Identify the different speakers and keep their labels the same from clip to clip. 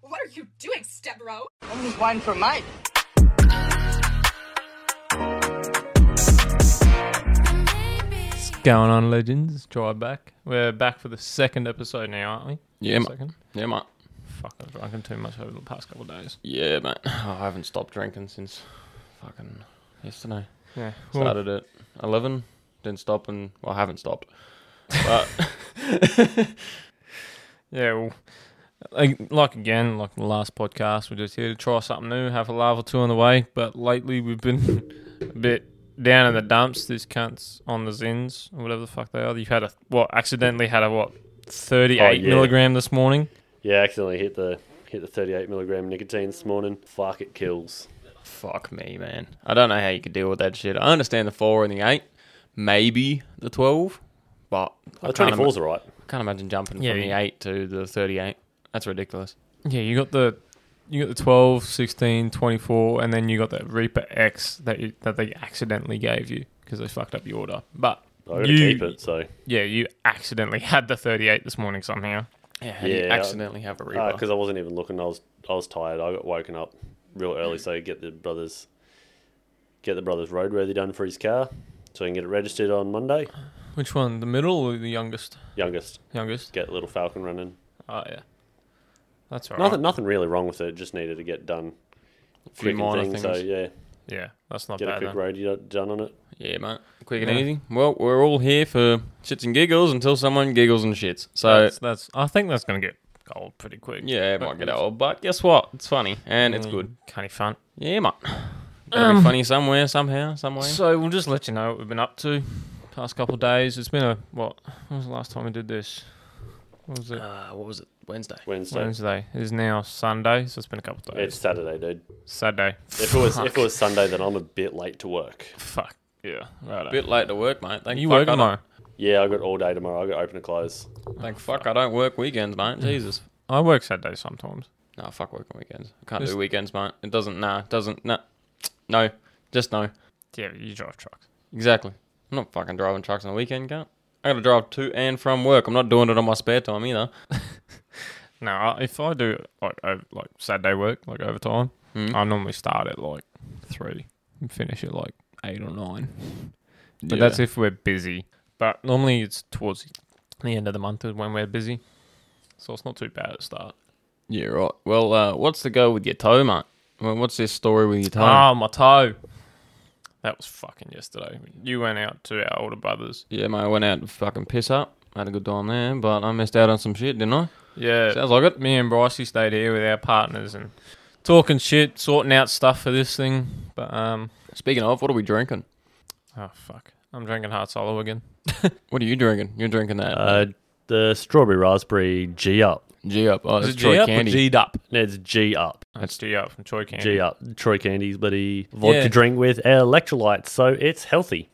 Speaker 1: What are you doing, Stebro?
Speaker 2: I'm just waiting for mate.
Speaker 3: Going on, legends. Try back. We're back for the second episode now, aren't we?
Speaker 4: Yeah, mate.
Speaker 3: Second.
Speaker 4: Yeah, mate.
Speaker 3: Fuck, I've drunken too much over the past couple of days.
Speaker 4: Yeah, mate. Oh, I haven't stopped drinking since fucking yesterday.
Speaker 3: Yeah.
Speaker 4: Started at 11, didn't stop, and well, I haven't stopped. But
Speaker 3: Yeah, well, like, like again, like the last podcast, we're just here to try something new, have a laugh or two on the way. But lately, we've been a bit down in the dumps. These cunts on the zins or whatever the fuck they are. You've had a what? Accidentally had a what? Thirty-eight
Speaker 5: yeah.
Speaker 3: milligram this morning.
Speaker 5: Yeah, I accidentally hit the hit the 38 milligram nicotine this morning. Fuck, it kills.
Speaker 4: fuck me, man. I don't know how you could deal with that shit. I understand the 4 and the 8, maybe the 12, but I
Speaker 5: The
Speaker 4: can't, ima-
Speaker 5: 24's alright.
Speaker 4: I can't imagine jumping
Speaker 3: Yeah,
Speaker 4: from
Speaker 3: you-
Speaker 4: the 8 to the 38. That's ridiculous.
Speaker 3: Yeah, you got the you got the 12, 16, 24, and then you got that Reaper X that you, that they accidentally gave you because they fucked up your order. But
Speaker 5: I gotta
Speaker 3: you,
Speaker 5: keep it, so.
Speaker 3: yeah, you accidentally had the 38 this morning somehow.
Speaker 4: Yeah, how do you
Speaker 5: Yeah, uh, I-
Speaker 4: accidentally have a reaper?
Speaker 5: Because I wasn't even looking. I was I was tired. I got woken up real early, so get the brothers get the brothers roadworthy done for his car, so he can get it registered on Monday.
Speaker 3: Which one, the middle or the youngest?
Speaker 5: Youngest
Speaker 3: Youngest.
Speaker 5: get little Falcon running.
Speaker 3: Oh yeah, that's all right.
Speaker 5: Nothing nothing really wrong with it. Just needed to get done.
Speaker 4: few
Speaker 5: Quick and
Speaker 4: minor
Speaker 5: So
Speaker 4: things.
Speaker 5: yeah,
Speaker 3: Yeah, that's not
Speaker 5: get a
Speaker 3: bad.
Speaker 5: quick
Speaker 3: Then.
Speaker 5: roadie done on it.
Speaker 4: Yeah, mate. Quick and
Speaker 3: Yeah.
Speaker 4: easy. Well, we're all here for shits and giggles until someone giggles and shits. So
Speaker 3: That's, that's. I think that's gonna get old pretty quick.
Speaker 4: yeah, it might get
Speaker 3: it's-
Speaker 4: old, but guess what? It's funny and it's
Speaker 3: Mm,
Speaker 4: good.
Speaker 3: Kind of fun.
Speaker 4: Yeah, mate. Gotta be funny somewhere, somehow, somewhere.
Speaker 3: So we'll just let you know what we've been up to past couple of days. It's been a what? When was the last time we did this? What was it?
Speaker 4: Uh, what was it? Wednesday.
Speaker 5: Wednesday.
Speaker 3: Wednesday. It is now Sunday, so it's been a couple of
Speaker 5: It's
Speaker 3: days.
Speaker 5: Saturday, dude.
Speaker 3: Saturday.
Speaker 5: If it was
Speaker 3: fuck,
Speaker 5: if it was Sunday, then I'm a bit late to work.
Speaker 3: fuck. Yeah. Right.
Speaker 4: Bit late to work, mate. Thank
Speaker 3: you
Speaker 4: fuck
Speaker 3: work
Speaker 4: I
Speaker 3: tomorrow.
Speaker 5: Yeah, I got all day tomorrow. I got open and close.
Speaker 4: don't- Thank fuck I don't work weekends, mate. Jesus.
Speaker 3: I work Saturdays sometimes.
Speaker 4: No, fuck working weekends. I can't
Speaker 3: Just-
Speaker 4: do weekends, mate. It doesn't. Nah, it doesn't. Nah. No. Just no.
Speaker 3: Yeah, but you drive trucks.
Speaker 4: Exactly. I'm not fucking driving trucks on the weekend, can't. I gotta drive to and from work. I'm not doing it on my spare time either.
Speaker 3: No, I- if I do like over, like Saturday work, like overtime,
Speaker 4: Hmm?
Speaker 3: I normally start at like three and finish at like eight or nine. But
Speaker 4: Yeah.
Speaker 3: that's if we're busy. But normally it's towards the end of the month is when we're busy, so it's not too bad at the start.
Speaker 4: Yeah, right. Well, uh, what's the go with your toe, mate? Well, what's this story with your toe?
Speaker 3: Oh, my toe. That was fucking yesterday. You went out to our older brothers.
Speaker 4: Yeah, mate, I went out and fucking piss up. Had a good time there, but I missed out on some shit, didn't I?
Speaker 3: Yeah.
Speaker 4: Sounds like it.
Speaker 3: me and Brycey stayed here with our partners and talking shit, sorting out stuff for this thing. But um,
Speaker 4: Speaking of, what are we drinking?
Speaker 3: oh fuck, I'm drinking hard solo again.
Speaker 4: What are you drinking? You're drinking that
Speaker 5: Uh, the strawberry raspberry G up.
Speaker 4: G up. Oh,
Speaker 3: Is
Speaker 4: that's
Speaker 3: it
Speaker 4: Troy
Speaker 3: G up or
Speaker 4: Candy.
Speaker 3: G'd up?
Speaker 5: It's G up.
Speaker 3: That's G up from Troy Candy.
Speaker 5: G up. Troy Candy's bloody vodka
Speaker 3: Yeah.
Speaker 5: drink with electrolytes, so it's healthy.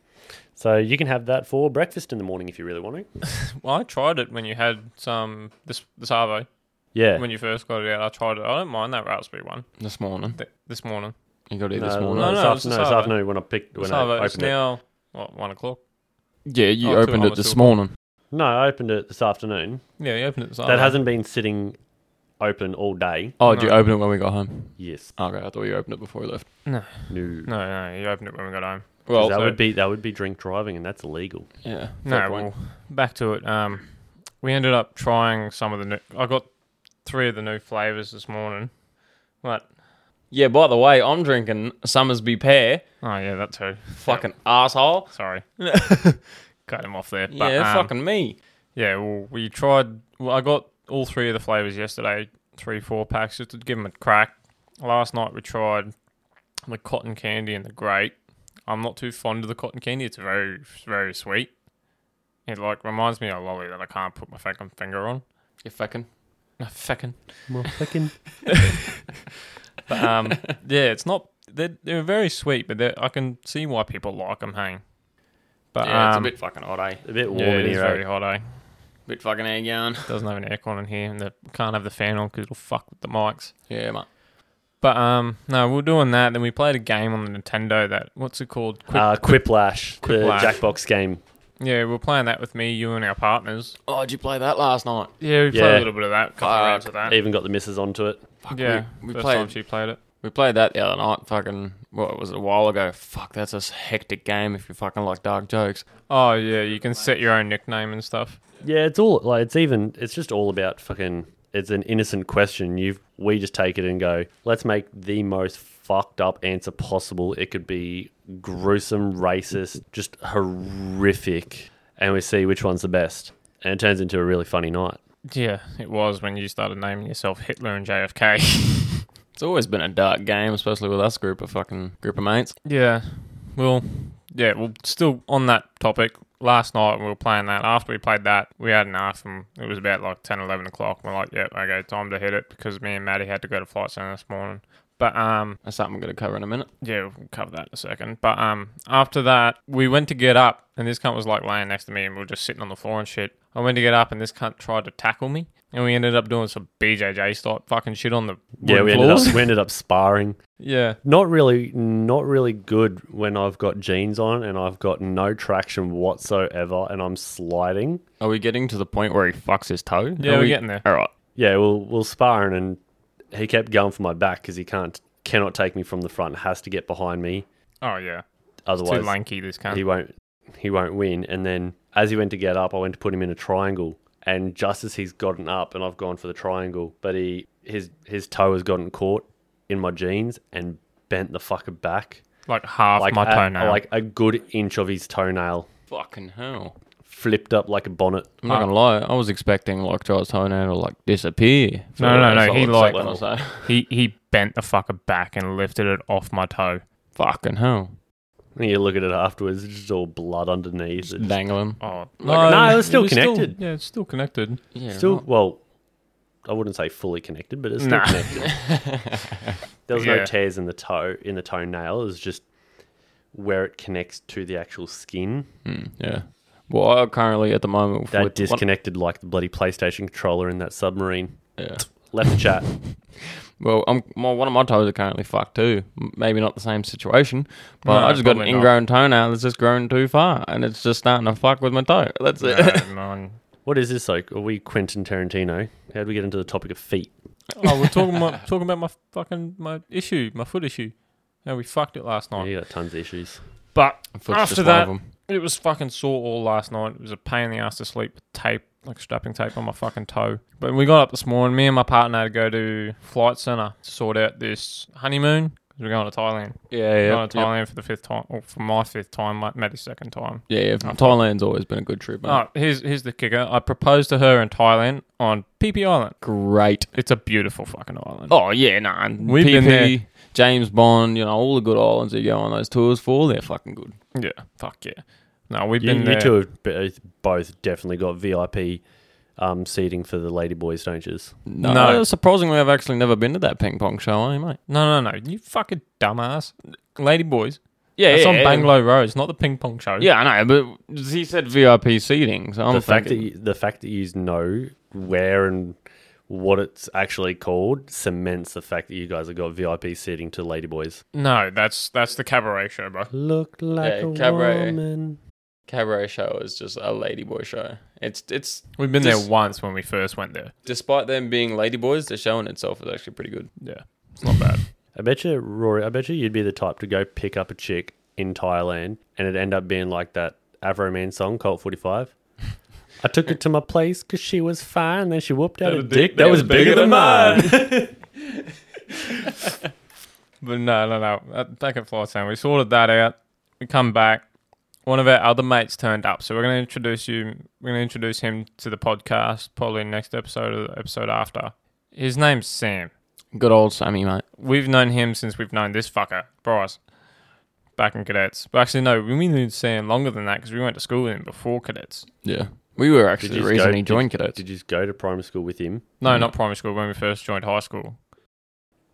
Speaker 5: So you can have that for breakfast in the morning if you really want to.
Speaker 3: Well, I tried it when you had some this this Arvo
Speaker 5: Yeah.
Speaker 3: when you first got it out. I tried it. I don't mind that raspberry one
Speaker 4: this morning.
Speaker 3: th- this morning.
Speaker 4: You got it this morning.
Speaker 3: no,
Speaker 5: no,
Speaker 3: no,
Speaker 5: no,
Speaker 3: it's
Speaker 5: this,
Speaker 3: the
Speaker 5: no, this
Speaker 3: Savo.
Speaker 5: afternoon when I picked when I
Speaker 3: Savo, it's
Speaker 5: opened it.
Speaker 3: now what one o'clock.
Speaker 4: Yeah, you
Speaker 3: Oh, two
Speaker 4: opened it
Speaker 3: almost
Speaker 4: this
Speaker 3: two.
Speaker 4: morning.
Speaker 5: No, I opened it this afternoon.
Speaker 3: Yeah, you opened it. This
Speaker 5: That
Speaker 3: Arvo.
Speaker 5: hasn't been sitting open all day.
Speaker 4: Oh, did you
Speaker 3: No.
Speaker 4: open it when we got home?
Speaker 5: Yes.
Speaker 4: Okay, I thought you opened it before we left.
Speaker 5: No.
Speaker 3: No, no, you opened it when we got home.
Speaker 4: Well,
Speaker 5: that
Speaker 3: so-
Speaker 5: would be that would be drink driving and that's illegal.
Speaker 4: yeah.
Speaker 3: No,
Speaker 4: fair point.
Speaker 3: well, back to it. Um, we ended up trying some of the new. I got three of the new flavors this morning. What?
Speaker 4: Yeah, by the way, I'm drinking Summersby Pear.
Speaker 3: Oh yeah, that too.
Speaker 4: Fucking asshole.
Speaker 3: Yep, sorry, cut him off there. But,
Speaker 4: yeah,
Speaker 3: um,
Speaker 4: fucking me.
Speaker 3: Yeah, well, we tried. Well, I got all three of the flavors yesterday, three four packs, just to give them a crack. Last night we tried the cotton candy and the grape. I'm not too fond of the cotton candy. It's very very sweet. It like reminds me of a lolly that I can't put my fucking finger on.
Speaker 4: You fucking.
Speaker 3: No, fucking.
Speaker 5: Well, fucking
Speaker 3: But, um, yeah, it's not. They're, they're very sweet, but they're- I can see why people like them. Hang, but um,
Speaker 4: Yeah, it's a bit fucking odd, eh?
Speaker 5: a bit warm
Speaker 3: yeah,
Speaker 5: in
Speaker 3: it is
Speaker 5: here.
Speaker 3: very
Speaker 5: eh?
Speaker 3: hot. Eh?
Speaker 4: Bit fucking air going.
Speaker 3: Doesn't have an aircon in here, and the, can't have the fan on because it'll fuck with the mics.
Speaker 4: Yeah, mate.
Speaker 3: But um, no, we we're doing that. Then we played a game on the Nintendo. That what's it called? Quick,
Speaker 5: uh, Quiplash, the
Speaker 3: Quiplash.
Speaker 5: Jackbox game.
Speaker 3: Yeah, we we're playing that with me, you, and our partners.
Speaker 4: Oh, did you play that last night?
Speaker 3: Yeah, we played
Speaker 5: Yeah.
Speaker 3: a little bit of that, a couple
Speaker 4: Fuck.
Speaker 3: of rounds of that.
Speaker 5: Even got the misses onto it.
Speaker 4: Fuck,
Speaker 3: yeah,
Speaker 4: uh, we, we
Speaker 3: first
Speaker 4: played.
Speaker 3: time she played it.
Speaker 4: We played that the other night. Fucking what was it a while ago? Fuck, that's a s- hectic game if you fucking like dark jokes.
Speaker 3: Oh yeah, you can set your own nickname and stuff.
Speaker 5: Yeah, it's all like it's even it's just all about fucking it's an innocent question. You've we just take it and go, let's make the most fucked up answer possible. It could be gruesome, racist, just horrific. And we see which one's the best. And it turns into a really funny night.
Speaker 3: Yeah, it was when you started naming yourself Hitler and JFK.
Speaker 4: It's always been a dark game, especially with us group of fucking group of mates.
Speaker 3: yeah, well, yeah, well, still on that topic. Last night we were playing that. After we played that, we had enough, and it was about like 10, 11 o'clock. We're like, yep, okay, time to hit it because me and Maddie had to go to flight center this morning. But um,
Speaker 4: That's something I'm gonna cover in a minute.
Speaker 3: Yeah, we'll cover that in a second. But um, after that, we went to get up, and this cunt was like laying next to me, and we were just sitting on the floor and shit. I went to get up, and this cunt tried to tackle me, and we ended up doing some BJJ style fucking shit on the
Speaker 5: Yeah,
Speaker 3: wooden
Speaker 5: we ended,
Speaker 3: floors.
Speaker 5: up, we ended up sparring.
Speaker 3: yeah,
Speaker 5: Not really, not really good when I've got jeans on and I've got no traction whatsoever, and I'm sliding.
Speaker 4: Are we getting to the point where he fucks his toe?
Speaker 3: Yeah,
Speaker 4: Are
Speaker 3: we're getting there.
Speaker 4: All right.
Speaker 5: Yeah, we'll we'll sparring, and he kept going for my back because he can't cannot take me from the front. Has to get behind me,
Speaker 3: oh yeah, too
Speaker 5: otherwise
Speaker 3: lanky this cunt.
Speaker 5: he won't he won't win. And then as he went to get up, I went to put him in a triangle, and just as he's gotten up, and I've gone for the triangle, but he his his toe has gotten caught in my jeans and bent the fucker back.
Speaker 3: like half
Speaker 5: like
Speaker 3: my
Speaker 5: a,
Speaker 3: toenail.
Speaker 5: like a good inch of his toenail
Speaker 4: Fucking hell.
Speaker 5: flipped up like a bonnet.
Speaker 4: I'm not gonna lie. I was expecting like Charles toenail to like disappear. for
Speaker 3: No, no,
Speaker 4: a
Speaker 3: no, he,
Speaker 4: solid
Speaker 3: like-
Speaker 4: second or so.
Speaker 3: he he bent the fucker back and lifted it off my toe.
Speaker 4: fucking hell.
Speaker 5: And you look at it afterwards, it's just all blood underneath. It's
Speaker 4: Dangling.
Speaker 3: Oh,
Speaker 5: Like, no, it was still connected.
Speaker 3: yeah, it's still connected.
Speaker 4: Yeah,
Speaker 5: still,
Speaker 4: right.
Speaker 5: well, I wouldn't say fully connected, but it's still
Speaker 3: Nah.
Speaker 5: connected. there was
Speaker 3: Yeah.
Speaker 5: no tears in the toe in the toenail. It was just where it connects to the actual skin
Speaker 4: Yeah. Well, I currently at the moment
Speaker 5: that
Speaker 4: with-
Speaker 5: disconnected like the bloody PlayStation controller in that submarine.
Speaker 4: Yeah.
Speaker 5: Left chat.
Speaker 4: Well, I'm, my, one of my toes are currently fucked too. M- Maybe not the same situation, but
Speaker 3: No,
Speaker 4: I just got an
Speaker 3: probably not.
Speaker 4: ingrown toenail that's just grown too far, and it's just starting to fuck with my toe. That's it.
Speaker 3: Yeah, man.
Speaker 5: What is this like? Are we Quentin Tarantino? How do we get into the topic of feet?
Speaker 3: Oh, we're talking about talking about my fucking my issue, my foot issue. How we fucked it last night.
Speaker 5: Yeah, you got tons of issues.
Speaker 3: But
Speaker 4: foot's
Speaker 3: after
Speaker 4: just one
Speaker 3: that,
Speaker 4: of them.
Speaker 3: it was fucking sore all last night. It was a pain in the ass to sleep with tape, like strapping tape on my fucking toe. But we got up this morning. Me and my partner had to go to Flight Center to sort out this honeymoon 'cause we're going to Thailand.
Speaker 4: Yeah, yeah,
Speaker 3: We're
Speaker 4: yep.
Speaker 3: going to Thailand for the fifth time, or for my fifth time, my- Maddie's second time.
Speaker 4: yeah, yeah. Thailand's always been a good trip. mate.
Speaker 3: Oh, here's here's the kicker. I proposed to her in Thailand on Phi Phi Island.
Speaker 4: Great.
Speaker 3: It's a beautiful fucking island.
Speaker 4: Oh yeah, nah. and
Speaker 3: We've been
Speaker 4: PP, James Bond, you know, all the good islands you go on those tours for, they're fucking good.
Speaker 3: Yeah, fuck yeah. No, we've
Speaker 5: You,
Speaker 3: been
Speaker 5: you
Speaker 3: there.
Speaker 5: two have bo- both definitely got VIP um, seating for the ladyboys, don't you?
Speaker 4: No,
Speaker 3: No.
Speaker 4: surprisingly, I've actually never been to that ping pong show, are you, mate?
Speaker 3: No, no, no. You fucking dumbass. Lady Boys.
Speaker 4: Yeah,
Speaker 3: That's
Speaker 4: yeah,
Speaker 3: on
Speaker 4: yeah.
Speaker 3: Bangalow Road. It's not the ping pong show.
Speaker 4: Yeah, I know, but he said VIP seating, so I'm
Speaker 5: the fact that
Speaker 4: thinking-
Speaker 5: you, the fact that you know where and what it's actually called cements the fact that you guys have got VIP seating to ladyboys.
Speaker 3: No, that's that's the cabaret show, bro.
Speaker 5: Look like
Speaker 4: Yeah,
Speaker 5: a
Speaker 4: cabaret.
Speaker 5: woman.
Speaker 4: cabaret show is just a ladyboy show. It's it's
Speaker 3: We've been
Speaker 4: Just-
Speaker 3: there once when we first went there.
Speaker 4: despite them being ladyboys, the show in itself is actually pretty good.
Speaker 3: Yeah, it's not bad.
Speaker 5: I bet you, Rory. I bet you, you'd be the type to go pick up a chick in Thailand, and it'd end up being like that Avro Man song, Colt Forty Five. I took her to my place because she was fine, and then she whooped out a dick that was bigger than mine.
Speaker 3: but no, no, no. Uh, Back at Flight Sound, we sorted that out. We come back. One of our other mates turned up, so we're going to introduce you. We're going to introduce him to the podcast probably next episode or the episode after. His name's Sam.
Speaker 4: Good old Sammy, mate.
Speaker 3: We've known him since we've known this fucker, Bryce, back in cadets. But actually, no, we knew Sam longer than that because we went to school with him before cadets.
Speaker 4: Yeah, we were actually
Speaker 5: Did
Speaker 4: the
Speaker 5: you just
Speaker 4: reason
Speaker 5: go-
Speaker 4: he joined cadets.
Speaker 5: Did you just go to primary school with him?
Speaker 3: No, not primary school, when we first joined high school.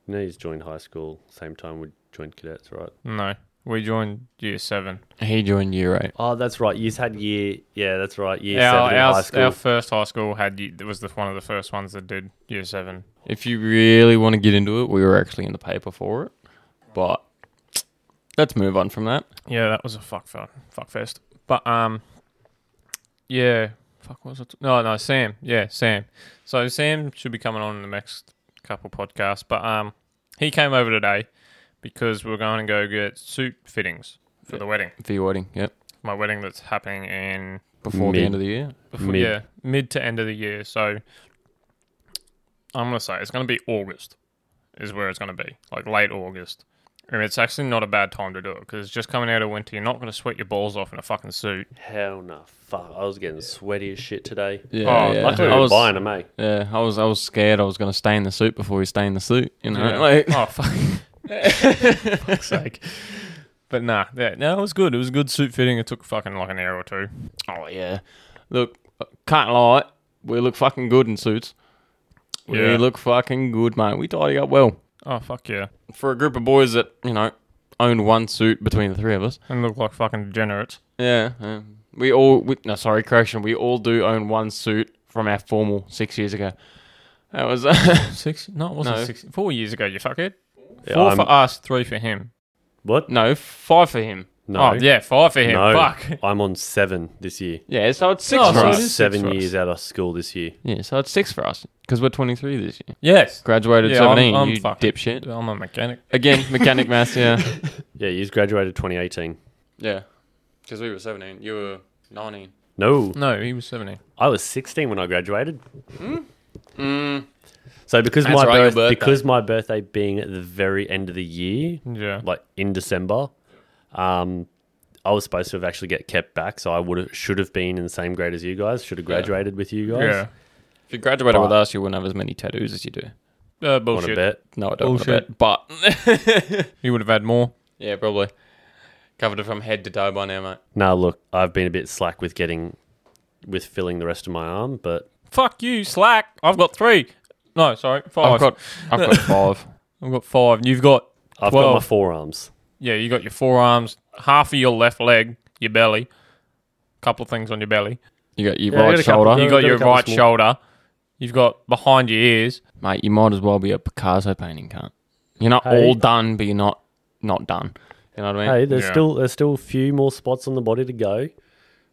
Speaker 5: No, he's joined high school same time we joined cadets, right?
Speaker 3: No, we joined year seven.
Speaker 4: he joined year eight.
Speaker 5: Oh, that's right. You've had year. Yeah, that's right. Year
Speaker 3: our,
Speaker 5: seven in
Speaker 3: our,
Speaker 5: high school.
Speaker 3: our first high school had ye- was the, one of the first ones that did year seven.
Speaker 4: If you really want to get into it, we were actually in the paper for it, but let's move on from that.
Speaker 3: Yeah, that was a fuck fe- fuck fest. But um, Yeah. Fuck, what was it? No, no, Sam. Yeah, Sam. So Sam should be coming on in the next couple podcasts, but um, he came over today because we are going to go get suit fittings for the wedding,
Speaker 4: for your wedding. Yep.
Speaker 3: my wedding that's happening in
Speaker 4: Before
Speaker 5: Mid.
Speaker 4: the end of the year.
Speaker 3: before,
Speaker 5: Mid.
Speaker 3: yeah mid to end of the year. So I'm gonna say it's gonna be August is where it's gonna be, like late August. And it's actually not a bad time to do it because it's just coming out of winter. You're not gonna sweat your balls off in a fucking suit.
Speaker 5: Hell no, fuck! I was getting sweaty as shit today.
Speaker 4: Yeah.
Speaker 3: Oh,
Speaker 4: yeah.
Speaker 5: Luckily,
Speaker 4: I
Speaker 5: we were
Speaker 4: was
Speaker 5: buying them, eh?
Speaker 4: Yeah, I was I was scared I was gonna stay in the suit before you stay in the suit. You know,
Speaker 3: Yeah.
Speaker 4: like
Speaker 3: Oh fuck. fuck's sake. But nah, yeah, no, it was good. It was a good suit fitting. It took fucking like an hour or two.
Speaker 4: oh yeah. Look, uh, can't lie, we look fucking good in suits. We
Speaker 3: Yeah.
Speaker 4: look fucking good, mate. We tidy up well
Speaker 3: Oh fuck yeah.
Speaker 4: for a group of boys that you know own one suit between the three of us.
Speaker 3: And look like fucking degenerates.
Speaker 4: Yeah, yeah. we all we, no sorry correction. We all do own one suit from our formal six years ago. That was
Speaker 3: Six? No, it wasn't
Speaker 4: No.
Speaker 3: six. Four years ago, you fuckhead.
Speaker 5: Yeah,
Speaker 3: Four
Speaker 5: I'm-
Speaker 3: for us, three for him.
Speaker 5: what?
Speaker 4: no five for him.
Speaker 5: No,
Speaker 3: Oh yeah, five for him.
Speaker 5: no.
Speaker 3: Fuck.
Speaker 5: I'm on seven this year.
Speaker 4: Yeah, so it's six
Speaker 3: Oh, so
Speaker 4: for
Speaker 3: it
Speaker 5: Right,
Speaker 3: is
Speaker 4: us.
Speaker 3: six
Speaker 5: seven
Speaker 3: for us.
Speaker 5: years out of school this year.
Speaker 4: Yeah, so it's six for us because we're twenty three this year.
Speaker 3: Yes.
Speaker 4: Graduated
Speaker 3: Yeah, I'm-
Speaker 4: 17,
Speaker 3: I'm
Speaker 4: you
Speaker 3: fucking-
Speaker 4: dipshit.
Speaker 3: I'm a mechanic.
Speaker 4: Again, mechanic maths, yeah.
Speaker 5: Yeah, you graduated 2018.
Speaker 4: Yeah. Because we were 17, you were 19.
Speaker 5: No,
Speaker 3: No, he was 17.
Speaker 5: I was 16 when I graduated.
Speaker 4: Mm.
Speaker 5: So because
Speaker 4: That's
Speaker 5: my
Speaker 4: right, your
Speaker 5: birth-
Speaker 4: birthday.
Speaker 5: because my birthday being at the very end of the year,
Speaker 3: Yeah.
Speaker 5: like in December, um, I was supposed to have actually get kept back. So I would have should have been in the same grade as you guys. Should have graduated with you guys.
Speaker 3: yeah.
Speaker 4: If you graduated with
Speaker 5: But-
Speaker 4: us, you wouldn't have as many tattoos as you do.
Speaker 3: Uh,
Speaker 5: Want to
Speaker 3: bullshit.
Speaker 5: bet?
Speaker 4: No, I don't want to
Speaker 3: Bullshit. Mm.
Speaker 4: bet. But,
Speaker 3: He would have had more.
Speaker 4: yeah, probably. Covered it from head to toe by now, mate.
Speaker 5: No, look, I've been a bit slack with getting with filling the rest of my arm, but
Speaker 3: Fuck you, slack. I've got three. No, sorry, five.
Speaker 4: I've got, I've got five.
Speaker 3: I've got five. You've got.
Speaker 5: I've got my
Speaker 3: 12.
Speaker 5: forearms.
Speaker 3: Yeah, you got your forearms, half of your left leg, your belly, couple of things on your belly.
Speaker 4: You got your
Speaker 5: Yeah, I
Speaker 4: right
Speaker 5: got a couple.
Speaker 4: shoulder.
Speaker 5: Yeah.
Speaker 3: You
Speaker 5: I've
Speaker 3: got
Speaker 5: got a
Speaker 3: your
Speaker 5: couple
Speaker 3: right
Speaker 5: small-
Speaker 3: shoulder. You've got behind your ears.
Speaker 4: Mate, you might as well be a Picasso painting, cunt. You're not
Speaker 5: Hey.
Speaker 4: all done, but you're not not done. You know what I mean?
Speaker 5: Hey, there's
Speaker 3: Yeah.
Speaker 5: still there's still a few more spots on the body to go.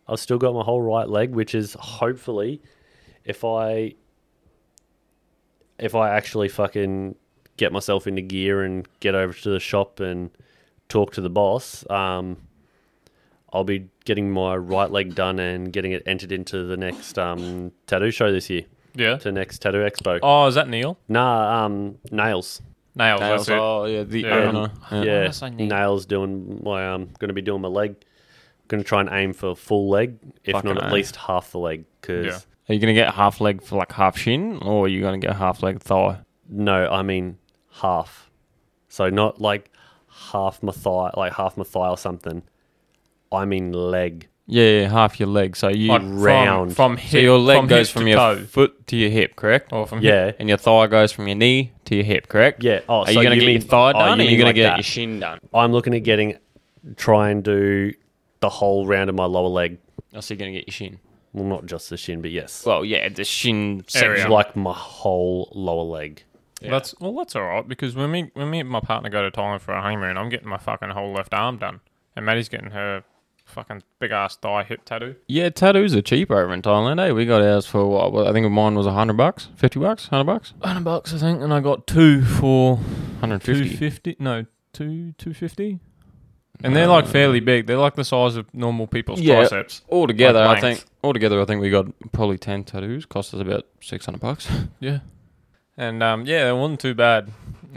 Speaker 5: I've still got my whole right leg, which is hopefully if I if I actually fucking get myself into gear and get over to the shop and talk to the boss, um, I'll be getting my right leg done and getting it entered into the next um, tattoo show this year,
Speaker 3: Yeah.
Speaker 5: to next tattoo expo.
Speaker 3: Oh, is that Neil?
Speaker 5: Nah, um, nails.
Speaker 3: Nails.
Speaker 4: Nails,
Speaker 3: that's it.
Speaker 4: oh, yeah, the
Speaker 3: Yeah.
Speaker 4: owner. Yeah.
Speaker 5: yeah,
Speaker 3: that's like neat.
Speaker 5: nails doing my um going to be doing my leg. Going to try and aim for full leg, if
Speaker 4: Fucking
Speaker 5: not at
Speaker 4: A.
Speaker 5: least half the leg. Because
Speaker 3: Yeah.
Speaker 4: Are you going to get half leg for like half shin, or are you going to get half leg thigh?
Speaker 5: no, I mean half. So not like half my thigh, like half my thigh or something. I mean leg.
Speaker 4: Yeah, yeah, half your leg. So you
Speaker 3: Like,
Speaker 5: round.
Speaker 3: From, from hip,
Speaker 4: so your leg
Speaker 3: from
Speaker 4: goes
Speaker 3: hip
Speaker 4: from
Speaker 3: to
Speaker 4: your
Speaker 3: toe.
Speaker 4: foot to your hip, correct?
Speaker 3: Or from hip-
Speaker 5: Yeah,
Speaker 4: And your thigh goes from your knee to your hip, correct?
Speaker 5: yeah. Oh,
Speaker 4: Are
Speaker 5: so
Speaker 4: you gonna get
Speaker 5: mean,
Speaker 4: your thigh
Speaker 5: oh,
Speaker 4: done, or
Speaker 5: you
Speaker 4: are
Speaker 5: mean
Speaker 4: you gonna
Speaker 5: like
Speaker 4: get
Speaker 5: that.
Speaker 4: your shin done?
Speaker 5: I'm looking at getting, try and do the whole round of my lower leg.
Speaker 4: Oh, so you're gonna get your shin.
Speaker 5: Well, not just the shin, but yes,
Speaker 4: Well, yeah, the shin
Speaker 3: Area.
Speaker 4: section.
Speaker 5: like my whole lower leg.
Speaker 3: That's well, that's all right because when me when me and my partner go to Thailand for a honeymoon, I'm getting my fucking whole left arm done, and Maddie's getting her fucking big ass thigh hip tattoo.
Speaker 4: Yeah, tattoos are cheap over in Thailand. Eh, we got ours for what? well, I think mine was hundred bucks, fifty bucks, hundred bucks,
Speaker 3: Hundred bucks, I think, and I got two for
Speaker 4: hundred
Speaker 3: two
Speaker 4: fifty.
Speaker 3: fifty. No, two two fifty. And they're like fairly big. They're like the size of normal people's
Speaker 4: Yeah.
Speaker 3: triceps.
Speaker 4: Altogether,
Speaker 3: Like
Speaker 4: I
Speaker 3: length.
Speaker 4: think altogether, I think we got probably ten tattoos. Cost us about six hundred bucks.
Speaker 3: Yeah. And um, yeah, it wasn't too bad.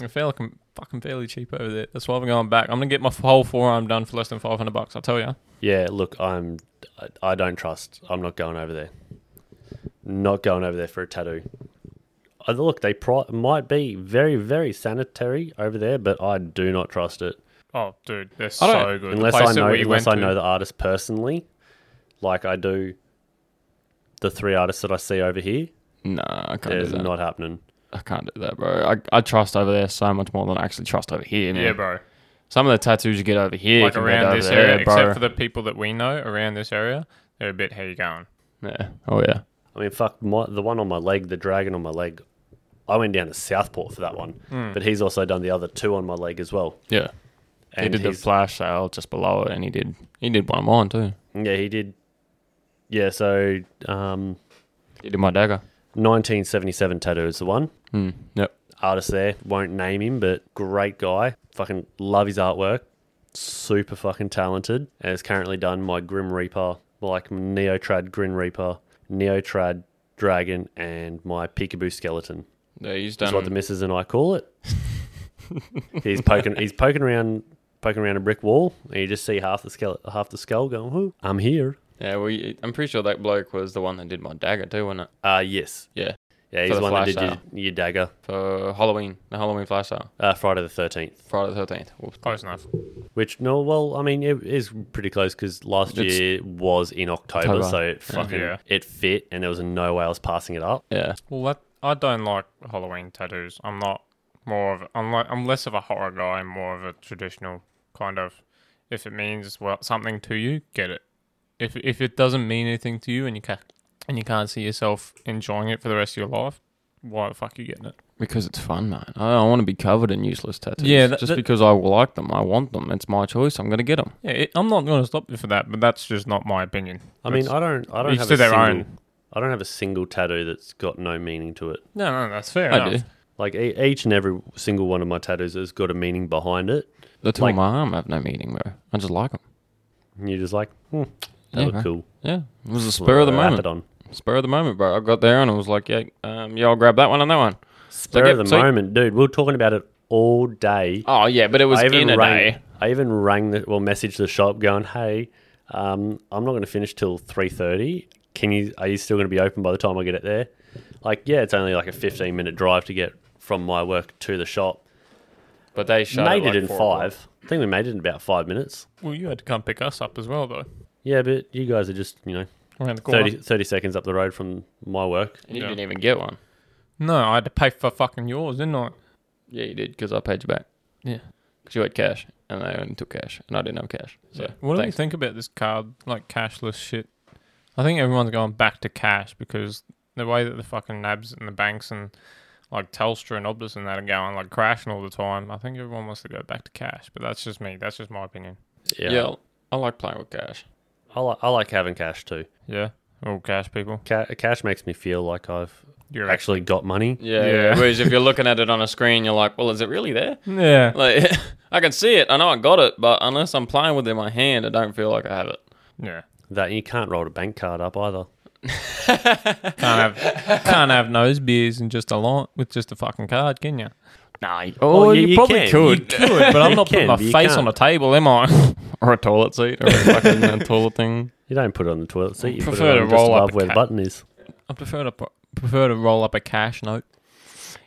Speaker 3: I feel like I'm fucking fairly cheap over there. That's why I'm going back. I'm gonna get my whole forearm done for less than five hundred bucks. I tell you.
Speaker 5: Yeah, look, I'm. I- I don't trust. I'm not going over there. Not going over there for a tattoo. Uh, Look, they pro- might be very, very sanitary over there, but I do not trust it
Speaker 3: Oh, dude, they're
Speaker 4: I don't-
Speaker 3: so good. The
Speaker 5: unless
Speaker 3: place
Speaker 5: I
Speaker 3: that
Speaker 5: know
Speaker 3: we
Speaker 5: unless I
Speaker 3: went
Speaker 5: know
Speaker 3: to-
Speaker 5: the artist personally, like I do. The three artists that I see over here,
Speaker 4: Nah, I can't do
Speaker 5: it's
Speaker 4: that.
Speaker 5: not happening.
Speaker 4: I can't do that, bro. I, I trust over there so much more than I actually trust over here, man.
Speaker 3: Yeah, bro.
Speaker 4: Some of the tattoos you get over here,
Speaker 3: like
Speaker 4: compared
Speaker 3: around
Speaker 4: to over
Speaker 3: this
Speaker 4: there,
Speaker 3: area,
Speaker 4: bro.
Speaker 3: except for the people that we know around this area, they're a bit how you going.
Speaker 4: yeah. Oh yeah.
Speaker 5: I mean, fuck, my, the one on my leg, the dragon on my leg. I went down to Southport for that one, but he's also done the other two on my leg as well.
Speaker 4: Yeah. he did the
Speaker 5: he's-
Speaker 4: flash sale just below it, and he did he did one of mine too.
Speaker 5: Yeah, he did yeah, so um,
Speaker 4: Did in my dagger.
Speaker 5: 1977 Tattoo is the one.
Speaker 4: Hmm. Yep.
Speaker 5: artist there. Won't name him, but great guy. Fucking love his artwork. Super fucking talented. And has currently done my Grim Reaper, like Neotrad Grim Reaper, Neotrad Dragon, and my Peekaboo Skeleton.
Speaker 4: Yeah, he's
Speaker 5: That's
Speaker 4: done.
Speaker 5: what the missus and I call it. he's poking. He's poking around, poking around a brick wall, and you just see half the skull, half the skull going. Whoo, I'm here.
Speaker 4: yeah, we. I'm pretty sure that bloke was the one that did my dagger too, wasn't it?
Speaker 5: Uh yes.
Speaker 4: Yeah.
Speaker 5: Yeah,
Speaker 4: For
Speaker 5: he's
Speaker 4: the
Speaker 5: the one that
Speaker 4: flash
Speaker 5: did your, your dagger.
Speaker 4: For Halloween, the Halloween flash sale,
Speaker 5: Uh, Friday the thirteenth.
Speaker 4: Friday the thirteenth. Whoops.
Speaker 3: Close enough.
Speaker 5: Which no, well, I mean, it is pretty close because last
Speaker 4: It's-
Speaker 5: year was in October,
Speaker 4: October.
Speaker 5: so it fucking
Speaker 3: Yeah.
Speaker 5: it fit, and there was no way I was passing it up.
Speaker 4: Yeah.
Speaker 3: Well, that I don't like Halloween tattoos. I'm not more of I'm like I'm less of a horror guy, and more of a traditional kind of. If it means well something to you, get it. If if it doesn't mean anything to you and you can't and you can't see yourself enjoying it for the rest of your life, why the fuck are you getting it?
Speaker 4: Because it's fun, man. I don't want to be covered in useless tattoos.
Speaker 3: Yeah, that-
Speaker 4: just
Speaker 3: that-
Speaker 4: because I like them, I want them. It's my choice. I'm gonna get them.
Speaker 3: Yeah, it, I'm not going to stop you for that, but that's just not my opinion.
Speaker 5: I mean,
Speaker 3: That's-
Speaker 5: I don't, I don't
Speaker 3: Each
Speaker 5: have
Speaker 3: to
Speaker 5: a
Speaker 3: their
Speaker 5: single,
Speaker 3: own.
Speaker 5: I don't have a single tattoo that's got no meaning to it.
Speaker 3: no, no, that's fair.
Speaker 4: I
Speaker 3: enough.
Speaker 4: do.
Speaker 5: Like e- each and every single one of my tattoos has got a meaning behind it.
Speaker 4: The two
Speaker 5: Like-
Speaker 4: on my arm have no meaning, bro. I just like them.
Speaker 5: And you're just like, hmm, that
Speaker 4: Yeah,
Speaker 5: look
Speaker 4: bro.
Speaker 5: cool.
Speaker 4: Yeah, it was the spur of the
Speaker 5: Wrap
Speaker 4: moment.
Speaker 5: it on.
Speaker 4: Spur of the moment, bro. I got there and I was like, yeah, um, yeah, I'll grab that one and that one.
Speaker 5: Spur
Speaker 4: get-
Speaker 5: of the
Speaker 4: so-
Speaker 5: moment, dude. We were talking about it all day.
Speaker 4: Oh yeah, but it was
Speaker 5: I even
Speaker 4: in a
Speaker 5: rang,
Speaker 4: day.
Speaker 5: I even rang the well, messaged the shop going, "Hey, um, I'm not going to finish till three thirty. Can you? Are you still going to be open by the time I get it there? Like, yeah, it's only like a 15 minute drive to get from my work to the shop.
Speaker 4: But they shut
Speaker 5: made
Speaker 4: at, like,
Speaker 5: it in
Speaker 4: four o'clock.
Speaker 5: five. I think we made it in about five minutes.
Speaker 3: Well, you had to come pick us up as well, though.
Speaker 5: Yeah, but you guys are just you know
Speaker 3: Around the corner.
Speaker 5: 30, 30 seconds up the road from my work.
Speaker 4: And you
Speaker 3: Yeah.
Speaker 4: didn't even get one.
Speaker 3: No, I had to pay for fucking yours, didn't I?
Speaker 4: Yeah, you did because I paid you back.
Speaker 3: Yeah.
Speaker 4: because you had cash and I only took cash and I didn't have cash. So
Speaker 3: Yeah. What do you
Speaker 4: thanks.
Speaker 3: think about this card, like cashless shit? I think everyone's going back to cash because the way that the fucking nabs and the banks and like Telstra and Optus and that are going like crashing all the time. I think everyone wants to go back to cash, but that's just me. That's just my opinion.
Speaker 5: Yeah,
Speaker 4: Yeah, I like playing with cash.
Speaker 5: I, like, I like having cash too.
Speaker 3: Yeah. All cash people.
Speaker 5: Ca- cash makes me feel like I've
Speaker 3: You're
Speaker 5: actually got money.
Speaker 4: Yeah,
Speaker 3: Yeah.
Speaker 4: yeah. Whereas if you're looking at it on a screen, you're like, well, is it really there?
Speaker 3: Yeah.
Speaker 4: Like, I can see it. I know I got it, but unless I'm playing with it in my hand, I don't feel like I have it.
Speaker 3: Yeah.
Speaker 5: That you can't roll a bank card up either.
Speaker 3: Can't have can't have nose beers and just a lot with just a fucking card, can you?
Speaker 4: Nah.
Speaker 5: Oh, you- you can. You
Speaker 3: Could, but I'm not putting
Speaker 5: can,
Speaker 3: my
Speaker 5: but you
Speaker 3: face
Speaker 5: can't.
Speaker 3: on a table, am I?
Speaker 4: or a toilet seat or a fucking uh, toilet thing.
Speaker 5: You don't put it on the toilet seat. You put
Speaker 3: Prefer
Speaker 5: it
Speaker 3: to
Speaker 5: on just
Speaker 3: roll up
Speaker 5: above
Speaker 3: a
Speaker 5: where the
Speaker 3: cat.
Speaker 5: button is.
Speaker 3: I prefer to pu- prefer to roll up a cash note.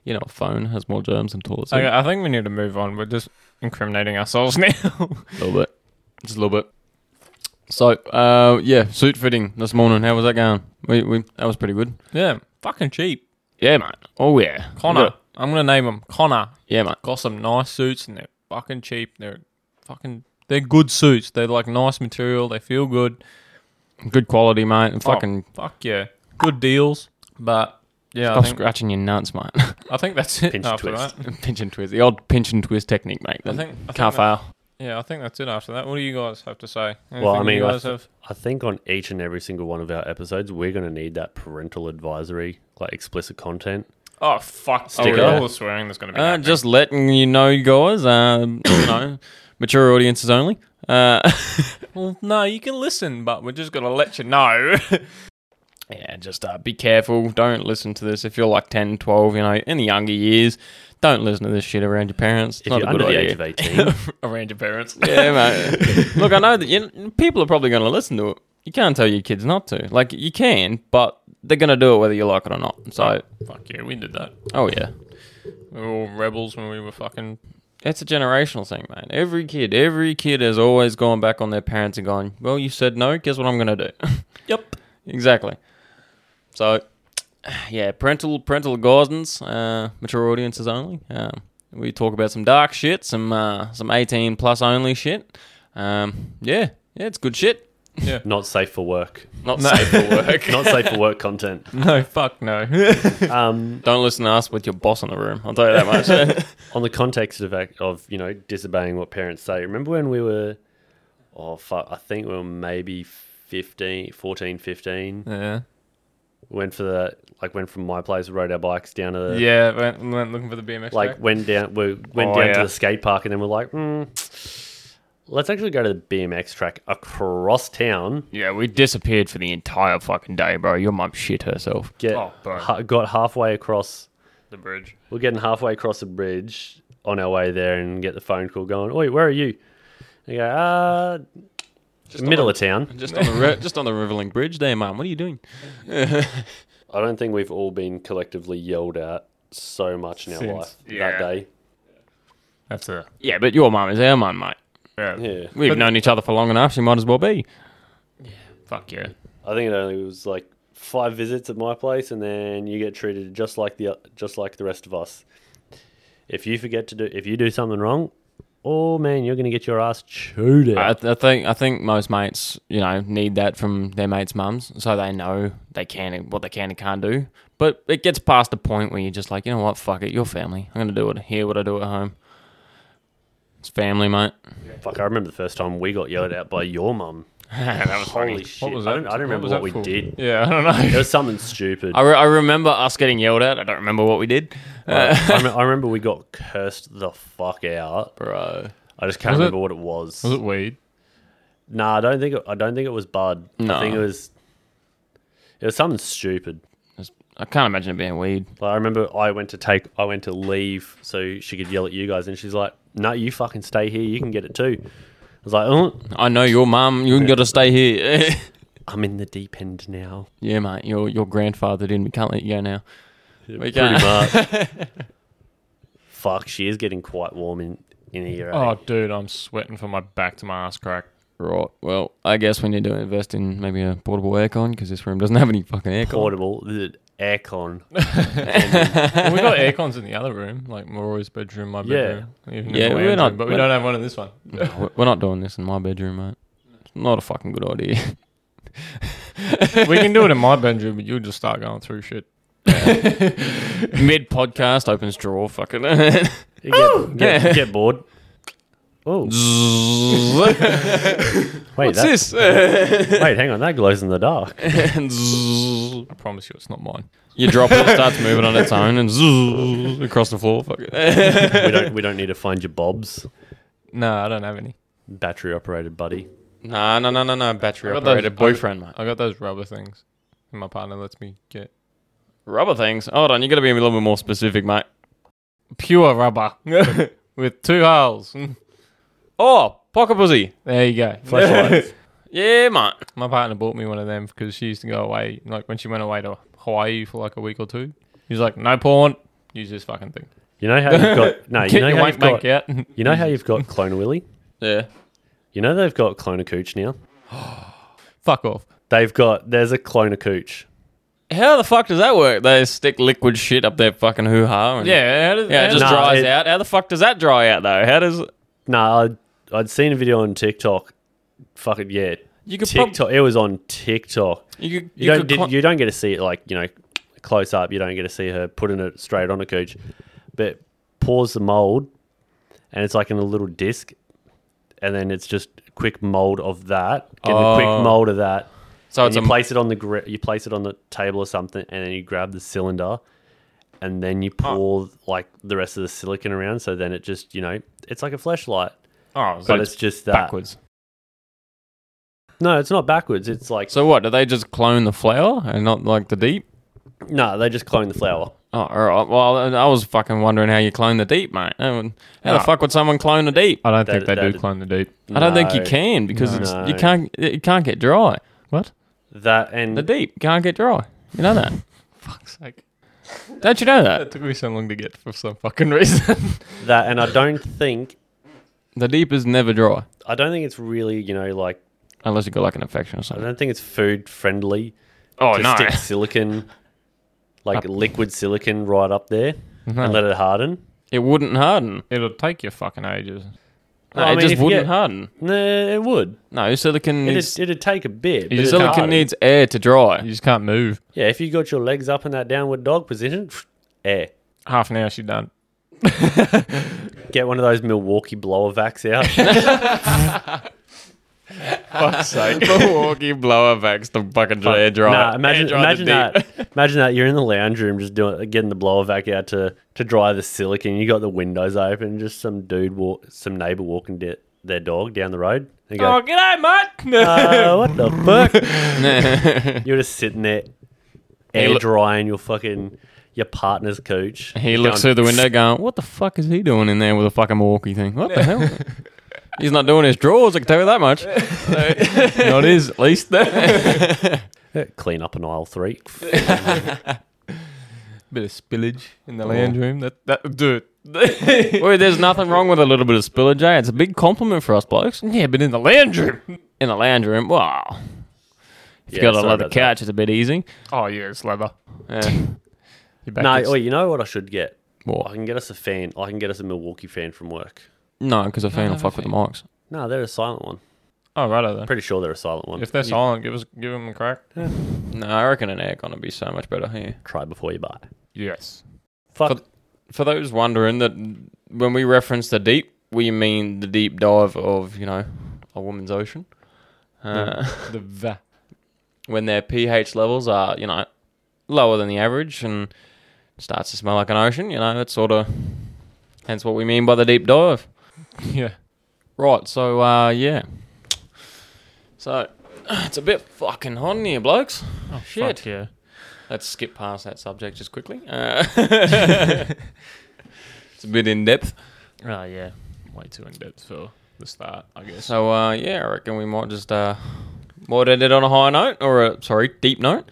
Speaker 4: You know, a phone has more germs than toilet seat.
Speaker 3: Okay, I think we need to move on. We're just incriminating ourselves now.
Speaker 4: A little bit, just a little bit. So, uh, yeah, suit fitting this morning. How was that going? We, we that was pretty good.
Speaker 3: yeah, fucking cheap.
Speaker 4: Yeah, man. Oh yeah,
Speaker 3: Connor. I'm gonna name him Connor.
Speaker 4: Yeah, man.
Speaker 3: Got some nice suits and they're fucking cheap. They're fucking they're good suits. They're like nice material. They feel good.
Speaker 4: Good quality, mate. And fucking
Speaker 3: Oh, fuck yeah, good deals. But yeah, I
Speaker 4: stop
Speaker 3: think,
Speaker 4: scratching your nuts, mate.
Speaker 3: I think that's it
Speaker 5: Pinch
Speaker 3: after
Speaker 5: twist.
Speaker 3: that.
Speaker 4: pinch and twist. The old pinch and twist technique, mate.
Speaker 3: I
Speaker 4: That-
Speaker 3: think- I
Speaker 4: can't
Speaker 3: think
Speaker 4: fail.
Speaker 3: Yeah, I think that's it after that. What do you guys have to say?
Speaker 5: Well, I
Speaker 3: Anything
Speaker 5: mean,
Speaker 3: you
Speaker 5: I,
Speaker 3: guys
Speaker 5: th-
Speaker 3: have
Speaker 5: I think on each and every single one of our episodes, we're going to need that parental advisory, like explicit content.
Speaker 3: oh fuck,
Speaker 5: Stick
Speaker 3: oh,
Speaker 5: it.
Speaker 3: all the swearing that's gonna be.
Speaker 4: Uh,
Speaker 3: happening.
Speaker 4: just letting you know, you guys. Um, you know, mature audiences only. Uh,
Speaker 3: well, no, you can listen, but we're just gonna let you know.
Speaker 4: yeah, just uh, be careful. Don't listen to this if you're like 10, 12, You know, in the younger years, don't listen to this shit around your parents. It's
Speaker 5: If
Speaker 4: not
Speaker 5: you're
Speaker 4: a good
Speaker 5: under the
Speaker 4: idea.
Speaker 5: age of 18,
Speaker 3: Around your parents.
Speaker 4: Yeah, mate. Look, I know that you, people are probably going to listen to it. You can't tell your kids not to. Like, you can, but they're going to do it whether you like it or not. So,
Speaker 3: Fuck yeah, we did that.
Speaker 4: oh yeah,
Speaker 3: We were all rebels when we were fucking.
Speaker 4: it's a generational thing, man. Every kid, every kid has always gone back on their parents and gone, "Well, you said no. Guess what I'm going to do."
Speaker 3: Yep.
Speaker 4: exactly. So, yeah, parental parental guidance, uh, mature audiences only. Um, we talk about some dark shit, some uh, some 18 plus only shit. Um, yeah, yeah, it's good shit.
Speaker 5: not safe for work.
Speaker 4: Not safe for work.
Speaker 5: Not safe for work content.
Speaker 3: No, fuck no.
Speaker 5: Um,
Speaker 4: Don't listen to us with your boss in the room. I'll tell you that much.
Speaker 5: on the context of ac- of you know disobeying what parents say. Remember when we were, oh fuck, I think we were maybe 15, 14, 15.
Speaker 3: Yeah.
Speaker 5: Went for the like went from my place, rode our bikes down to the
Speaker 3: Yeah, went, went looking for the BMX
Speaker 5: like
Speaker 3: track.
Speaker 5: went down we went
Speaker 3: Oh,
Speaker 5: down
Speaker 3: yeah.
Speaker 5: to the skate park and then we're like, mm, let's actually go to the BMX track across town.
Speaker 4: Yeah, we disappeared for the entire fucking day, bro. Your mum shit herself.
Speaker 5: Get
Speaker 3: Oh, bro.
Speaker 5: ha- got halfway across.
Speaker 3: the bridge.
Speaker 5: We're getting halfway across the bridge on our way there and get the phone call going. Oi, where are you? And you go, uh, middle of town.
Speaker 4: Just on the ri- just on the Riverlink Bridge, there, mum. What are you doing?
Speaker 5: I don't think we've all been collectively yelled at so much in our
Speaker 3: Since-
Speaker 5: life
Speaker 3: yeah.
Speaker 5: that day.
Speaker 3: That's a
Speaker 4: Yeah, but your mum is our mum, mate.
Speaker 3: yeah.
Speaker 5: Yeah.
Speaker 4: We've
Speaker 3: But-
Speaker 4: known each other for long enough. She might as well be.
Speaker 3: Fuck yeah.
Speaker 5: I think it only was like five visits at my place, and then you get treated just like the just like the rest of us. If you forget to do, if you do something wrong, oh man, you're gonna get your ass chewed
Speaker 4: I,
Speaker 5: out.
Speaker 4: I think I think most mates, you know, need that from their mates' mums, so they know they can and what they can and can't do. But it gets past the point where you're just like, you know what, fuck it, your family. I'm gonna do it here, what I do at home. It's family, mate.
Speaker 5: Fuck, I remember the first time we got yelled at by your mum. Holy shit!
Speaker 3: was
Speaker 5: I
Speaker 3: that?
Speaker 5: don't, I
Speaker 3: What
Speaker 5: don't remember
Speaker 3: was
Speaker 5: what,
Speaker 3: that
Speaker 5: we
Speaker 3: for?
Speaker 5: did.
Speaker 3: Yeah, I don't know.
Speaker 5: It was something stupid.
Speaker 4: I, re- I remember us getting yelled at. I don't remember what we did,
Speaker 5: I, rem- I remember we got cursed the fuck out.
Speaker 4: bro.
Speaker 5: I just can't
Speaker 3: Was it-
Speaker 5: remember what it was.
Speaker 3: Was it weed?
Speaker 5: Nah, I don't think it, I don't think it was Bud.
Speaker 4: No.
Speaker 5: I think it was. It was something stupid.
Speaker 4: It's- I can't imagine it being weed.
Speaker 5: Like, I remember I went to take, I went to leave so she could yell at you guys, and she's like, "No, you fucking stay here. You can get it too." I was like, "Oh,
Speaker 4: I know your mum. You got to stay here.
Speaker 5: I'm in the deep end now."
Speaker 4: yeah, mate. Your your grandfather didn't. We can't let you go now. We
Speaker 5: Pretty
Speaker 4: can't.
Speaker 5: much. Fuck, she is getting quite warm in in here.
Speaker 3: Oh,
Speaker 5: eh?
Speaker 3: dude, I'm sweating from my back to my ass crack.
Speaker 4: Right. Well, I guess we need to invest in maybe a portable aircon because this room doesn't have any fucking aircon.
Speaker 5: portable the aircon.
Speaker 3: well, we got aircons in the other room, like Moroy's bedroom, my bedroom. even in
Speaker 4: Yeah,
Speaker 3: the
Speaker 4: we're
Speaker 3: lounge
Speaker 4: not-
Speaker 3: room, but we
Speaker 4: we're-
Speaker 3: don't have one in this one.
Speaker 4: No, We're not doing this in my bedroom, mate. It's not a fucking good idea.
Speaker 3: we can do it in my bedroom, but you'll just start going through shit.
Speaker 4: Mid podcast opens drawer, fucking. Zzz.
Speaker 5: You Get, get, get bored. Oh, wait,
Speaker 4: What's
Speaker 5: that-
Speaker 4: this?
Speaker 5: wait, hang on, that glows in the dark.
Speaker 4: And zzz.
Speaker 3: I promise you, it's not mine.
Speaker 4: you drop it, it starts moving on its own, and zzz, across the floor, fucking.
Speaker 5: we don't we don't need to find your bobs.
Speaker 3: No, I don't have any.
Speaker 5: Battery operated, buddy.
Speaker 4: No, no, no, no, no. Battery
Speaker 3: I got
Speaker 4: operated
Speaker 3: those- I got-
Speaker 4: boyfriend, mate.
Speaker 3: I got those rubber things. And my partner lets me get
Speaker 4: Rubber things. Hold on, you got to be a little bit more specific, mate.
Speaker 3: pure rubber with two holes.
Speaker 4: Oh, pocket pussy.
Speaker 3: There you go.
Speaker 5: Flashlights.
Speaker 4: Yeah, mate.
Speaker 3: My partner bought me one of them because she used to go away, like when she went away to Hawaii for like a week or two. He was like, "No porn, use this fucking thing.
Speaker 5: You know how you've got no, you
Speaker 3: Get
Speaker 5: know
Speaker 3: your
Speaker 5: how
Speaker 3: wank
Speaker 5: you've got
Speaker 3: bank out." yeah,
Speaker 5: You know how you've got Clone Willy?
Speaker 4: Yeah.
Speaker 5: You know they've got Clone Cooch now?
Speaker 3: fuck off.
Speaker 5: They've got, there's a Clone Cooch.
Speaker 4: How the fuck does that work? They stick liquid shit up their fucking hoo ha.
Speaker 3: Yeah, how does,
Speaker 4: Yeah,
Speaker 3: how
Speaker 4: it just
Speaker 3: does-
Speaker 5: Nah,
Speaker 4: dries
Speaker 5: it-
Speaker 4: out. How the fuck does that dry out though? How does
Speaker 5: Nah, I'd, I'd seen a video on TikTok. Fucking, yeah.
Speaker 4: you could prob-
Speaker 5: TikTok. it was on TikTok.
Speaker 4: you could,
Speaker 5: You,
Speaker 4: you
Speaker 5: don't,
Speaker 4: could
Speaker 5: did-
Speaker 4: cli-
Speaker 5: you don't get to see it like, you know, close up. You don't get to see her putting it straight on a cooch. But pours the mold and it's like in a little disc. And then it's just quick mold of that. Get a
Speaker 4: Oh.
Speaker 5: quick mold of that.
Speaker 4: so
Speaker 5: And
Speaker 4: it's a
Speaker 5: you place it on the gri- you place it on the table or something, and then you grab the cylinder, and then you
Speaker 4: Ah.
Speaker 5: pour like the rest of the silicon around. So then it just you know it's like a flashlight,
Speaker 3: oh,
Speaker 5: but
Speaker 3: so
Speaker 5: it's,
Speaker 3: it's
Speaker 5: just that.
Speaker 3: backwards.
Speaker 5: No, it's not backwards. It's like
Speaker 4: so what do they just clone the flower and not like the deep?
Speaker 5: no, they just clone the flower.
Speaker 4: Oh, all right. well, I was fucking wondering how you clone the deep, mate. How would- how the
Speaker 3: Nah.
Speaker 4: fuck would someone clone the deep?
Speaker 3: I don't
Speaker 5: That-
Speaker 3: think they do
Speaker 5: that-
Speaker 3: clone the deep.
Speaker 4: I don't think you
Speaker 5: No.
Speaker 4: can because
Speaker 5: No.
Speaker 4: it's,
Speaker 5: No.
Speaker 4: you can't. It can't get dry. What?
Speaker 5: That and
Speaker 4: The deep can't get dry. You know that?
Speaker 3: Fuck's sake.
Speaker 4: Don't you know
Speaker 3: That
Speaker 4: that?
Speaker 3: took me so long to get for some fucking reason.
Speaker 5: that and I don't think
Speaker 4: The deep is never dry
Speaker 5: I don't think it's really you know like
Speaker 4: unless you got like an infection or
Speaker 5: I
Speaker 4: something.
Speaker 5: don't think it's food friendly
Speaker 4: Oh Uh.
Speaker 5: to stick silicon like liquid silicon right up there
Speaker 4: Mm-hmm.
Speaker 5: and let it harden.
Speaker 4: it wouldn't harden.
Speaker 3: It'll take you fucking ages.
Speaker 4: No,
Speaker 5: Well, I
Speaker 4: it
Speaker 5: mean, if
Speaker 4: just
Speaker 5: you
Speaker 4: wouldn't
Speaker 5: get-
Speaker 4: harden.
Speaker 5: No, it would.
Speaker 4: No, silicon
Speaker 5: It'd,
Speaker 4: needs
Speaker 5: it'd take a bit. but
Speaker 3: just
Speaker 5: it'd
Speaker 4: silicon
Speaker 5: harden.
Speaker 4: needs air to dry.
Speaker 3: You just can't move.
Speaker 5: Yeah, if you got your legs up in that downward dog position, air.
Speaker 3: Half an hour, she done.
Speaker 5: Get one of those Milwaukee blower vacs out.
Speaker 3: Fuck's sake.
Speaker 4: Milwaukee blowerbacks the fucking air dry.
Speaker 5: Nah, imagine,
Speaker 4: air dry the
Speaker 5: imagine
Speaker 4: deep.
Speaker 5: that. imagine that. You're in the lounge room just doing getting the blower vac out to, to dry the silicone. You got the windows open, just some dude walk, some neighbor walking de- their dog down the road. They
Speaker 3: Oh,
Speaker 5: go,
Speaker 4: g'day, mate.
Speaker 5: uh, what the fuck? You're just sitting there,
Speaker 4: He
Speaker 5: air
Speaker 4: lo-
Speaker 5: drying your fucking your partner's cooch.
Speaker 4: He
Speaker 5: You're
Speaker 4: looks
Speaker 5: going,
Speaker 4: through the window going, What the fuck is he doing in there with a fucking Milwaukee thing? What the hell? He's not doing his drawers, I can tell you that much. not his, at least. Bit
Speaker 5: "Eh, clean up an aisle three.
Speaker 4: of spillage in the
Speaker 3: Land room. That that dude.
Speaker 4: Well, there's nothing wrong with a little bit of spillage, eh? It's a big compliment for us blokes.
Speaker 3: yeah, but in the land room.
Speaker 4: In the lounge room, wow. If you
Speaker 5: Yeah,
Speaker 4: got a
Speaker 5: sorry
Speaker 4: leather
Speaker 5: about that.
Speaker 4: couch, it's a bit easy.
Speaker 3: Oh yeah, it's leather.
Speaker 4: Yeah.
Speaker 3: Your back
Speaker 5: No,
Speaker 3: gets-
Speaker 5: oh, you know what I should get? I
Speaker 4: What?
Speaker 5: can get us a fan. I can get us a Milwaukee fan from work.
Speaker 4: No, because I found I fuck with the mics.
Speaker 5: No, they're a silent one.
Speaker 3: oh righto then.
Speaker 5: Pretty sure they're a silent one.
Speaker 3: If they're silent, give us give them a crack.
Speaker 4: No, I reckon an air gonna be so much better here.
Speaker 5: Try before you buy.
Speaker 3: Yes.
Speaker 5: Fuck.
Speaker 4: For those wondering that when we reference the deep, we mean the deep dive of, you know, a woman's ocean. Uh,
Speaker 3: The va.
Speaker 4: when their pH levels are, you know, lower than the average and starts to smell like an ocean, you know, that's sort of hence what we mean by the deep dive.
Speaker 3: Yeah.
Speaker 4: Right, so uh yeah. So it's a bit fucking hot in here, blokes.
Speaker 3: Oh,
Speaker 4: Shit.
Speaker 3: Fuck yeah.
Speaker 4: Let's skip past that subject just quickly. Uh, it's a bit in depth.
Speaker 3: Oh yeah. Way too in depth for the start, I guess.
Speaker 4: So uh, yeah, I reckon we might just uh, might end it on a high note or a sorry deep note.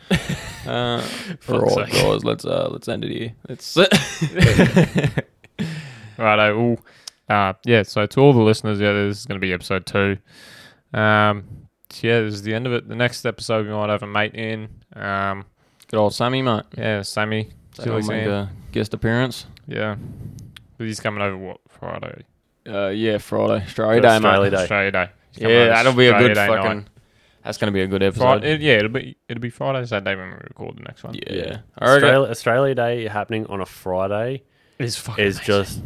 Speaker 4: Uh,
Speaker 3: Fuck's
Speaker 4: right,
Speaker 3: sake.
Speaker 4: guys, let's uh, let's end it here. Let's
Speaker 3: Righto. Ooh. Uh, yeah, so to all the listeners, yeah, this is going to be episode two. Um, yeah, this is the end of it. The next episode, we might have a mate in. Um,
Speaker 4: good old Sammy, mate.
Speaker 3: yeah, Sammy.
Speaker 4: That'll
Speaker 3: Felix
Speaker 4: make
Speaker 3: in.
Speaker 4: a guest appearance.
Speaker 3: Yeah. But he's coming over, what, Friday?
Speaker 4: Uh, yeah, Friday, Australia Day,
Speaker 5: Australia
Speaker 4: mate.
Speaker 5: Day.
Speaker 3: Australia Day. He's coming
Speaker 4: Yeah,
Speaker 3: over
Speaker 4: that'll be a
Speaker 3: Australia
Speaker 4: good
Speaker 3: Day night.
Speaker 4: fucking. That's gonna be a good episode.
Speaker 3: Friday, yeah, it'll be it'll be Friday, Saturday when we record the next one.
Speaker 4: yeah.
Speaker 5: Yeah.
Speaker 4: I reckon-
Speaker 5: Australia, Australia Day happening on a Friday
Speaker 3: it's fucking
Speaker 5: is just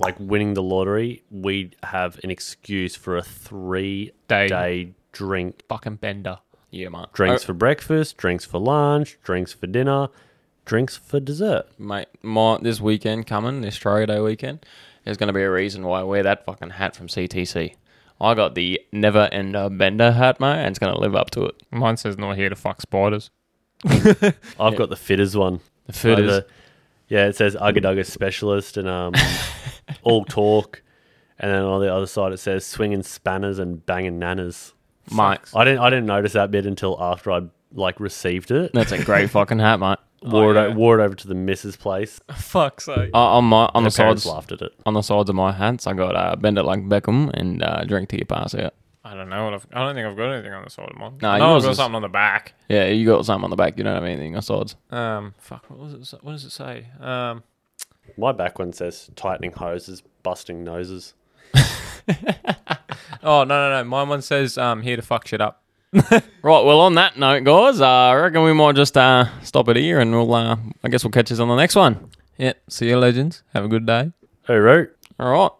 Speaker 5: like winning the lottery. We have an excuse for a three
Speaker 3: Day.
Speaker 5: day, drink.
Speaker 3: fucking bender.
Speaker 4: yeah, mate.
Speaker 5: Drinks
Speaker 4: I-
Speaker 5: for breakfast, drinks for lunch, drinks for dinner, drinks for dessert.
Speaker 4: mate, my this weekend coming, this Australia Day weekend, there's going to be a reason why I wear that fucking hat from CTC. I got the Never End a Bender hat, mate, and it's going to live up to it.
Speaker 3: Mine says not here to fuck spiders.
Speaker 5: I've got the fitters one.
Speaker 4: The fitters.
Speaker 5: Like the- yeah, it says Ugga Dugga specialist and um, all talk. And then on the other side, it says swinging spanners and banging nanas.
Speaker 4: mate,
Speaker 5: I didn't, I didn't notice that bit until after I like received it.
Speaker 4: that's a great fucking hat, mate.
Speaker 5: wore,
Speaker 4: Oh,
Speaker 3: yeah.
Speaker 5: it, o- wore it over to the missus' place.
Speaker 3: Fuck's sake.
Speaker 4: Uh, on my on the
Speaker 5: Her parents
Speaker 4: sides
Speaker 5: laughed at it.
Speaker 4: on the sides of my hats, I got uh, bend it like Beckham and uh, drink till you pass out.
Speaker 3: I don't know what I've, I don't think I've got anything on the side of mine.
Speaker 4: Nah,
Speaker 3: I know
Speaker 4: yours
Speaker 3: I've got
Speaker 4: is-
Speaker 3: something on the back.
Speaker 4: Yeah, you got something on the back. You don't have anything on sides.
Speaker 3: Um, fuck. What was it? s- What does it say? Um,
Speaker 5: My back one says tightening hoses, busting noses.
Speaker 3: oh no, no, no. Mine one says um, here to fuck shit up.
Speaker 4: Right. Well, on that note, guys, uh, I reckon we might just uh, stop it here, and we'll uh, I guess we'll catch us on the next one. Yeah. See you, legends. Have a good day.
Speaker 5: Hey, right.
Speaker 4: All right.